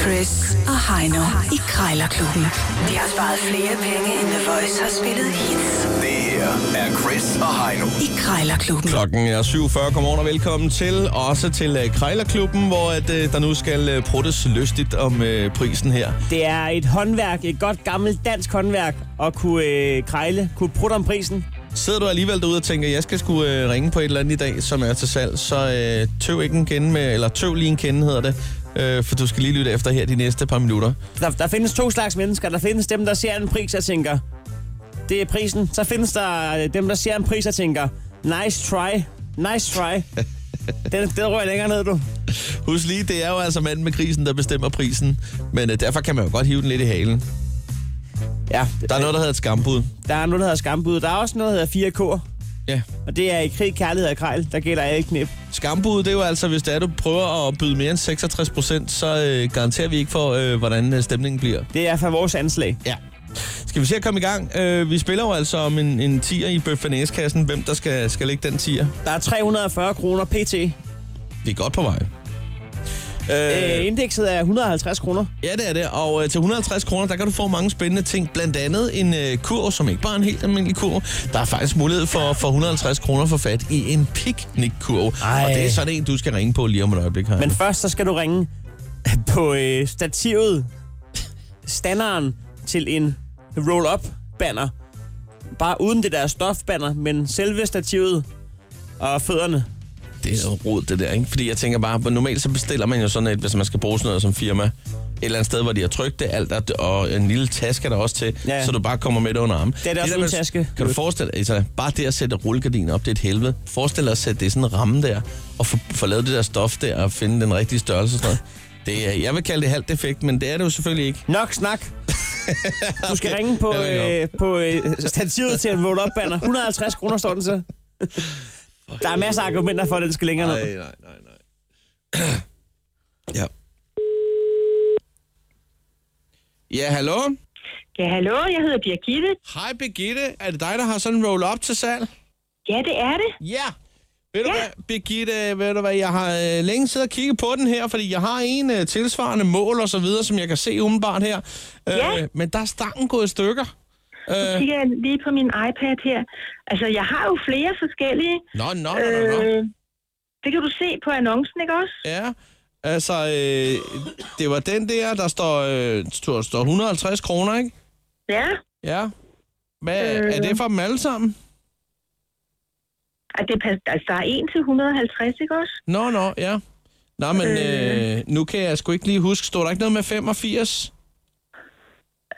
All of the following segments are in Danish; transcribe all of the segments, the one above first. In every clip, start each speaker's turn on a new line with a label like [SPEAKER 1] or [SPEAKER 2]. [SPEAKER 1] Chris og Heino i Krejlerklubben. De har sparet flere penge, end The Voice har spillet hits
[SPEAKER 2] Det her er Chris og Heino.
[SPEAKER 1] i Krejlerklubben.
[SPEAKER 3] Klokken er 7.40. Godmorgen og velkommen til. Også til øh, Krejlerklubben, hvor at, øh, der nu skal øh, pruttes lystigt om øh, prisen her.
[SPEAKER 4] Det er et håndværk, et godt gammelt dansk håndværk, at kunne øh, krejle, kunne prutte om prisen.
[SPEAKER 3] Sidder du alligevel derude og tænker, at jeg skal skulle øh, ringe på et eller andet i dag, som er til salg, så øh, tøv ikke en kende med, eller tøv lige en kende hedder det, øh, for du skal lige lytte efter her de næste par minutter.
[SPEAKER 4] Der, der findes to slags mennesker. Der findes dem, der ser en pris og tænker, det er prisen. Så findes der øh, dem, der ser en pris og tænker, nice try, nice try. Den, den rører længere ned, du.
[SPEAKER 3] Husk lige, det er jo altså manden med krisen, der bestemmer prisen, men øh, derfor kan man jo godt hive den lidt i halen.
[SPEAKER 4] Ja,
[SPEAKER 3] Der er noget, der hedder et skambud.
[SPEAKER 4] Øh, der er noget, der hedder skambud. Der er også noget, der hedder 4K'er.
[SPEAKER 3] Ja.
[SPEAKER 4] Og det er i krig, kærlighed og krejl. Der gælder alle knep.
[SPEAKER 3] Skambud, det er jo altså, hvis det er, du prøver at byde mere end 66 procent, så øh, garanterer vi ikke for, øh, hvordan øh, stemningen bliver.
[SPEAKER 4] Det er for vores anslag.
[SPEAKER 3] Ja. Skal vi se at komme i gang? Øh, vi spiller jo altså om en, en tier i bøffanæskassen. Hvem der skal, skal lægge den tier?
[SPEAKER 4] Der er 340 kroner pt.
[SPEAKER 3] Øh. Vi er godt på vej. Øh,
[SPEAKER 4] Øh, indekset er 150 kroner.
[SPEAKER 3] ja, det er det. Og øh, til 150 kroner, der kan du få mange spændende ting. Blandt andet en øh, kurv, som ikke bare er en helt almindelig kurv. Der er faktisk mulighed for, for 150 kroner for fat i en piknikkurv.
[SPEAKER 4] Ej.
[SPEAKER 3] Og det er sådan en, du skal ringe på lige om et øjeblik her.
[SPEAKER 4] Men først så skal du ringe på øh, stativet, standeren til en roll-up banner. Bare uden det der stofbanner, men selve stativet og fødderne.
[SPEAKER 3] Det er noget rod, det der, ikke? Fordi jeg tænker bare, normalt så bestiller man jo sådan et, hvis man skal bruge sådan noget som firma, et eller andet sted, hvor de har trykt det alt, og- og en lille taske er der også til, ja.
[SPEAKER 4] Ja.
[SPEAKER 3] så du bare kommer med det under armen.
[SPEAKER 4] er der også
[SPEAKER 3] der
[SPEAKER 4] min
[SPEAKER 3] med-
[SPEAKER 4] taske.
[SPEAKER 3] Kan du forestille dig, altså, bare det at sætte rullegardinen op, det er et helvede. Forestil dig at sætte det i sådan en ramme der, og få, få lavet det der stof der, og finde den rigtige størrelse og sådan noget. Det er, jeg vil kalde det halvt defekt, men det er det jo selvfølgelig ikke.
[SPEAKER 4] Nok snak. Du skal ringe på,
[SPEAKER 3] Jeg ringer
[SPEAKER 4] øh, på øh, stativet til en roll-up banner. 150 kroner står den så. Der er masser af argumenter for, at den skal længere
[SPEAKER 3] nej,
[SPEAKER 4] ned.
[SPEAKER 3] nej, nej. ja. Ja, hallo?
[SPEAKER 5] Ja, hallo, jeg hedder Birgitte.
[SPEAKER 3] Hej Birgitte, er det dig, der har sådan en roll-up til salg?
[SPEAKER 5] Ja, det er det.
[SPEAKER 3] Ja. Ved du
[SPEAKER 5] Ja.
[SPEAKER 3] hvad, Birgitte, ved du hvad, jeg har øh, længe siddet og kigget på den her, fordi jeg har en øh, tilsvarende mål og så videre, som jeg kan se umiddelbart her. Øh,
[SPEAKER 5] Ja.
[SPEAKER 3] Men der er stangen gået i stykker.
[SPEAKER 5] Så
[SPEAKER 3] Øh,
[SPEAKER 5] kigger jeg lige på min iPad her. Altså, jeg har jo flere forskellige. øh,
[SPEAKER 3] nå, nå, nå, nå, nå.
[SPEAKER 5] det kan du se på annoncen, ikke også?
[SPEAKER 3] Øh. Ja. Altså, øh, det var den der, der står, øh, står, står 150 kroner, ikke?
[SPEAKER 5] Ja.
[SPEAKER 3] Ja. Hvad, øh. er det for dem alle sammen?
[SPEAKER 5] At det pas, altså, der er en til 150, ikke også?
[SPEAKER 3] Nå, nå, ja. Nå, men øh, nu kan jeg sgu ikke lige huske, stod der ikke noget med 85?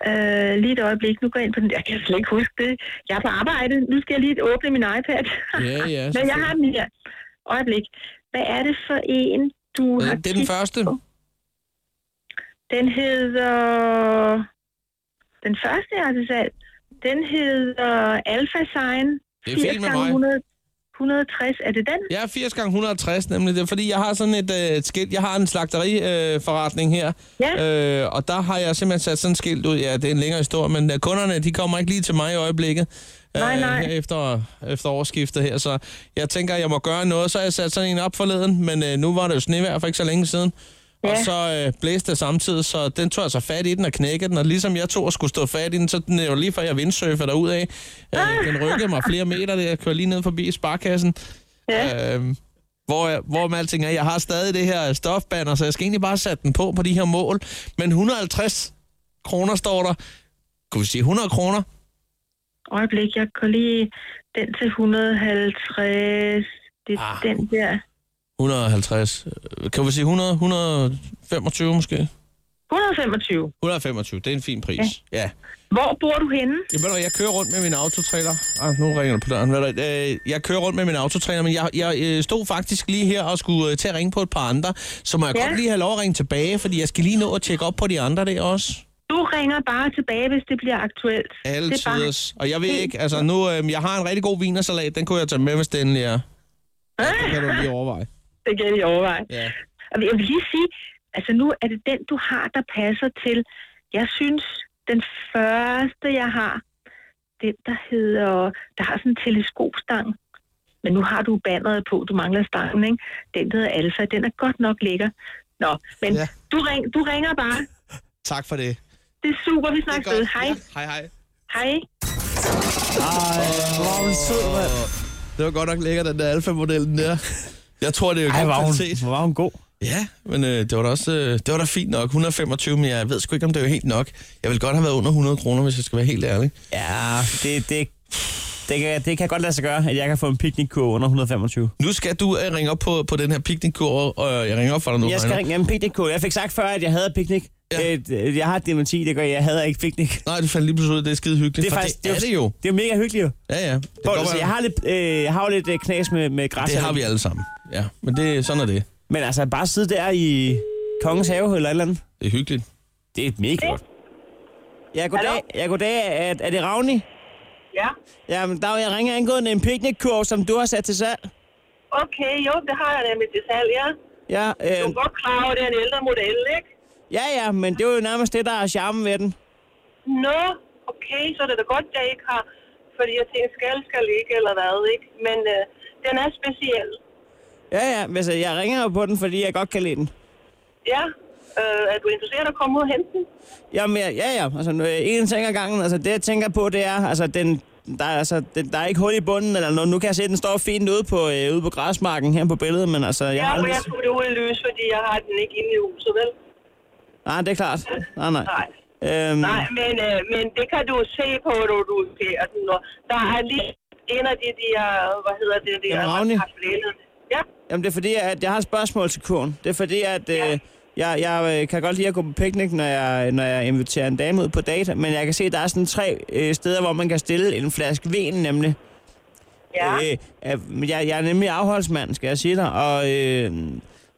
[SPEAKER 5] Øh, lige et øjeblik. Nu går jeg ind på den. Jeg kan slet ikke huske det. Jeg er på arbejde. Nu skal jeg lige åbne min iPad.
[SPEAKER 3] Ja, ja.
[SPEAKER 5] Men jeg har den her. Øjeblik. Hvad er det for en, du har
[SPEAKER 3] Øh, Det er den
[SPEAKER 5] kigget
[SPEAKER 3] første.
[SPEAKER 5] på? Den hedder... Den første, jeg har til salg, den hedder Alpha Sign.
[SPEAKER 3] Det er fint med mig.
[SPEAKER 5] 80 160, er det den?
[SPEAKER 3] Jeg er 80 gange 160 nemlig, det er, fordi jeg har sådan et, øh, et skilt. Jeg har en slagteriforretning øh, forretning her,
[SPEAKER 5] Ja.
[SPEAKER 3] øh, og der har jeg simpelthen sat sådan et skilt ud. Ja, det er en længere historie, men øh, kunderne, de kommer ikke lige til mig i øjeblikket. øh,
[SPEAKER 5] Nej, nej.
[SPEAKER 3] her Efter, efter årsskiftet her, så jeg tænker, jeg må gøre noget. Så har jeg sat sådan en op forleden, men øh, nu var det jo snevejr for ikke så længe siden. Ja.
[SPEAKER 5] Ja.
[SPEAKER 3] Og så øh, blæste det samtidig, så den tog jeg så fat i den og knækkede den. Og ligesom jeg tog og skulle stå fat i den, så den er jo lige før jeg vindsurfer derud af.
[SPEAKER 5] Ah!
[SPEAKER 3] Øh, den rykkede mig flere meter, jeg kører lige ned forbi sparkassen.
[SPEAKER 5] Ja.
[SPEAKER 3] Øh, hvor, jeg, hvor med alting er, jeg har stadig det her stofbanner, så jeg skal egentlig bare sætte den på på de her mål. Men 150 kroner står der. Kunne vi sige 100 kroner?
[SPEAKER 5] Øjeblik, jeg går lige den til 150. Det er
[SPEAKER 3] Ah.
[SPEAKER 5] den der.
[SPEAKER 3] 150. Øh, Kan vi sige 100? 125 måske?
[SPEAKER 5] 125.
[SPEAKER 3] 125, det er en fin pris. Ja. ja.
[SPEAKER 5] Hvor bor du henne?
[SPEAKER 3] Jamen, ved du hvad, jeg kører rundt med min autotrailer. Ah, nu ringer det på døren. Ved du hvad, øh, Jeg kører rundt med min autotrailer, men jeg, jeg øh, stod faktisk lige her og skulle øh, til at ringe på et par andre. Så må jeg
[SPEAKER 5] Ja.
[SPEAKER 3] godt lige have lov at ringe tilbage, fordi jeg skal lige nå at tjekke op på de andre der også.
[SPEAKER 5] Du ringer bare tilbage, hvis det bliver aktuelt.
[SPEAKER 3] Alle
[SPEAKER 5] det er bare...
[SPEAKER 3] tiders. Og jeg ved ikke, altså nu, øh, jeg har en rigtig god vinersalat, den kunne jeg tage med, hvis den er. Ja, det kan du lige overveje.
[SPEAKER 5] Det kan jeg overveje.
[SPEAKER 3] Ja.
[SPEAKER 5] Og Jeg vil lige sige, altså nu er det den, du har, der passer til. Jeg synes, den første, jeg har, den, der hedder, der har sådan en teleskopstang. Men nu har du banneret på, du mangler stangen, ikke? Den der hedder Alfa, den er godt nok lækker. Nå, men
[SPEAKER 6] Ja.
[SPEAKER 5] ja. du, ring, du ringer bare.
[SPEAKER 6] Tak for det.
[SPEAKER 5] Det er super, vi snakkes ved. Hej.
[SPEAKER 6] Ja, hej, hej.
[SPEAKER 5] Hej.
[SPEAKER 4] Hvor er hun sød, mand.
[SPEAKER 6] Det var godt nok lækker, den der alfa-modellen der.
[SPEAKER 3] Jeg tror, det er jo
[SPEAKER 4] Ej,
[SPEAKER 3] god
[SPEAKER 4] var hun,
[SPEAKER 3] kvalitet.
[SPEAKER 4] hvor var hun god.
[SPEAKER 3] Ja, men øh, det var da også øh, det var da fint nok. 125, men jeg ved sgu ikke, om det er helt nok. Jeg vil godt have været under 100 kroner, hvis jeg skal være helt ærlig.
[SPEAKER 4] Ja, det, det, det, kan, det kan godt lade sig gøre, at jeg kan få en piknikkurve under 125.
[SPEAKER 3] Nu skal du øh, ringe op på, på den her piknikkurve, og jeg ringer op for dig nu.
[SPEAKER 4] Jeg skal
[SPEAKER 3] Heino.
[SPEAKER 4] ringe en piknikkurve. Jeg fik sagt før, at jeg havde piknik.
[SPEAKER 3] Ja.
[SPEAKER 4] Ja. Jeg har et dementi, det gør jeg. Jeg hader ikke piknik.
[SPEAKER 3] Nej, du fandt lige pludselig ud af, at det er skide hyggeligt.
[SPEAKER 4] Det er
[SPEAKER 3] for
[SPEAKER 4] faktisk-
[SPEAKER 3] det, er det jo.
[SPEAKER 4] Det er jo mega hyggeligt jo.
[SPEAKER 3] Ja, ja. Det, kan
[SPEAKER 4] Prøv,
[SPEAKER 3] godt
[SPEAKER 4] altså,
[SPEAKER 3] være-
[SPEAKER 4] jeg, har lidt, øh, jeg har jo lidt øh, knas med, med græs.
[SPEAKER 3] det har vi alle sammen. Ja, men det, sådan er det.
[SPEAKER 4] Men altså, bare sidde der i Kongens Have eller et eller andet.
[SPEAKER 3] Det er hyggeligt.
[SPEAKER 4] Det er mega godt. Ja, goddag. Ja, goddag. Er, er det Ravni?
[SPEAKER 5] Ja.
[SPEAKER 4] Jamen, der jeg ringer angående en piknikkurv, som du har sat til salg.
[SPEAKER 5] Okay, jo, det har jeg nemlig til salg, ja.
[SPEAKER 4] Ja, øh,
[SPEAKER 5] godt klar over, det er en ældre model, ikke?
[SPEAKER 4] ja, ja, men det er jo nærmest det, der er charmen ved den.
[SPEAKER 5] Nå, okay, så er det da godt, jeg ikke har... Fordi jeg tænkte, skal, skal ikke, eller hvad, ikke? Men øh, den er speciel.
[SPEAKER 4] Ja, ja, men altså, jeg ringer jo på den, fordi jeg godt kan lide den.
[SPEAKER 5] Ja, øh, er du interesseret i at komme ud og hente den?
[SPEAKER 4] Jamen, ja, ja, ja. altså, nu, øh, en ting ad gangen, altså, det jeg tænker på, det er, altså, den, der, er, altså, den, der er ikke hul i bunden eller noget. Nu kan jeg se, at den står fint ude på, øh, ude på græsmarken her på billedet, men altså, jeg
[SPEAKER 5] Ja,
[SPEAKER 4] har
[SPEAKER 5] men
[SPEAKER 4] lidt...
[SPEAKER 5] jeg tog det ud i lys, fordi jeg har den ikke inde i huset, vel?
[SPEAKER 4] Nej, det er klart. Nej, nej.
[SPEAKER 5] Nej.
[SPEAKER 4] Øhm,
[SPEAKER 5] Nej, men, øh, men det kan du se på, når du ser den. Og der er lige en af de der, hvad hedder det, der...
[SPEAKER 4] Jamen, Ragnhild.
[SPEAKER 5] Ja,
[SPEAKER 4] Jamen, det er fordi, at jeg har et spørgsmål til kurven. Det er fordi, at øh,
[SPEAKER 5] Ja.
[SPEAKER 4] jeg, jeg øh, kan godt lide at gå på picnic, når jeg, når jeg inviterer en dame ud på date. Men jeg kan se, at der er sådan tre øh, steder, hvor man kan stille en flaske vin, nemlig.
[SPEAKER 5] ja.
[SPEAKER 4] Øh, øh, jeg, jeg er nemlig afholdsmand, skal jeg sige dig. Og, øh,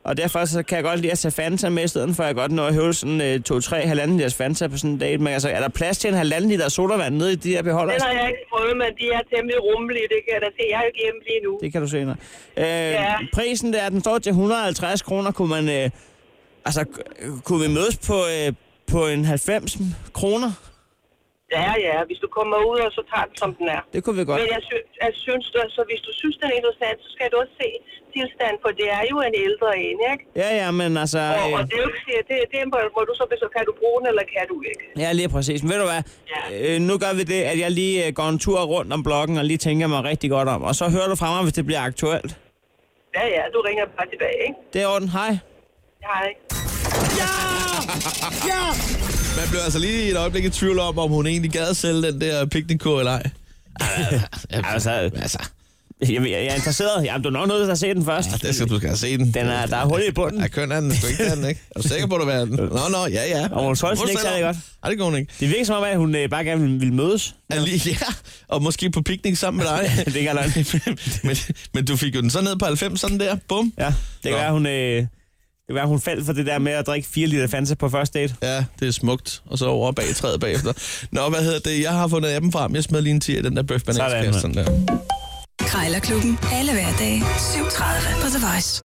[SPEAKER 4] og derfor så kan jeg godt lide at tage Fanta med i stedet, for at jeg godt når at høve sådan øh, to, tre, halvanden liters Fanta på sådan en date. Men altså, er der plads til en halvanden liter sodavand nede i de her beholder?
[SPEAKER 5] Den har jeg ikke prøvet, men de er temmelig rummelige, det kan jeg da se. Jeg er jo ikke hjemme lige nu.
[SPEAKER 4] Det kan du senere. Øh, ja.
[SPEAKER 5] Ja.
[SPEAKER 4] Prisen der, den står til 150 kroner. Kunne man, øh, altså, øh, kunne vi mødes på, øh, på en 90 kroner?
[SPEAKER 5] Ja, ja, hvis du kommer ud, og så tager den, som den er.
[SPEAKER 4] Det kunne vi godt.
[SPEAKER 5] Men jeg synes, jeg synes du- så hvis du synes, den er interessant, så skal du også se tilstanden, for det er jo en ældre en, ikke?
[SPEAKER 4] Ja, ja, men altså...
[SPEAKER 5] Og, og
[SPEAKER 4] Øh,
[SPEAKER 5] det er jo ikke sikkert, det, det må- må du så besøge, kan du bruge den, eller kan du ikke?
[SPEAKER 4] ja, lige præcis. Men ved du hvad?
[SPEAKER 5] Ja.
[SPEAKER 4] Øh, nu gør vi det, at jeg lige øh, går en tur rundt om blokken og lige tænker mig rigtig godt om. Og så hører du fra mig, hvis det bliver aktuelt.
[SPEAKER 5] Ja, ja, du ringer bare tilbage, ikke?
[SPEAKER 4] Det er orden. Hej.
[SPEAKER 5] Hej.
[SPEAKER 6] Man blev altså lige et øjeblik i tvivl om, om hun egentlig gad at sælge den der piknikkur eller ej.
[SPEAKER 4] Altså,
[SPEAKER 6] Altså,
[SPEAKER 4] jamen, jeg jeg er interesseret. Jamen, du er nok nødt til at se den først.
[SPEAKER 6] det skal du skal se den.
[SPEAKER 4] Den er, der er hul i bunden.
[SPEAKER 6] Ja, køn er den. Skal ikke det er den, ikke? Er du sikker på, at du vil have den? Nå, nå, ja, ja.
[SPEAKER 4] Og hun solgte den
[SPEAKER 6] Hun
[SPEAKER 4] ikke
[SPEAKER 6] sælger
[SPEAKER 4] særlig
[SPEAKER 6] den. Nej, det gør hun ikke.
[SPEAKER 4] Det virker som om, at hun øh, bare gerne vil, vil mødes.
[SPEAKER 3] Ja. Lige, ja, og måske på piknik sammen med dig.
[SPEAKER 4] Det kan jeg nok.
[SPEAKER 3] men, men du fik jo den så ned på 90, sådan der. Bum.
[SPEAKER 4] Ja, det kan
[SPEAKER 3] Nå.
[SPEAKER 4] være, hun, øh, det kan være, hun faldt for det der med at drikke 4 liter Fanta på første date.
[SPEAKER 3] Ja, det er smukt. Og så over bag træet bagefter. Nå, hvad hedder det? Jeg har fundet appen frem. Jeg smed lige en 10 i den der bøf
[SPEAKER 4] Sådan,
[SPEAKER 3] sådan der.
[SPEAKER 1] Krejlerklubben. Alle hverdage. 7.30 på The Voice.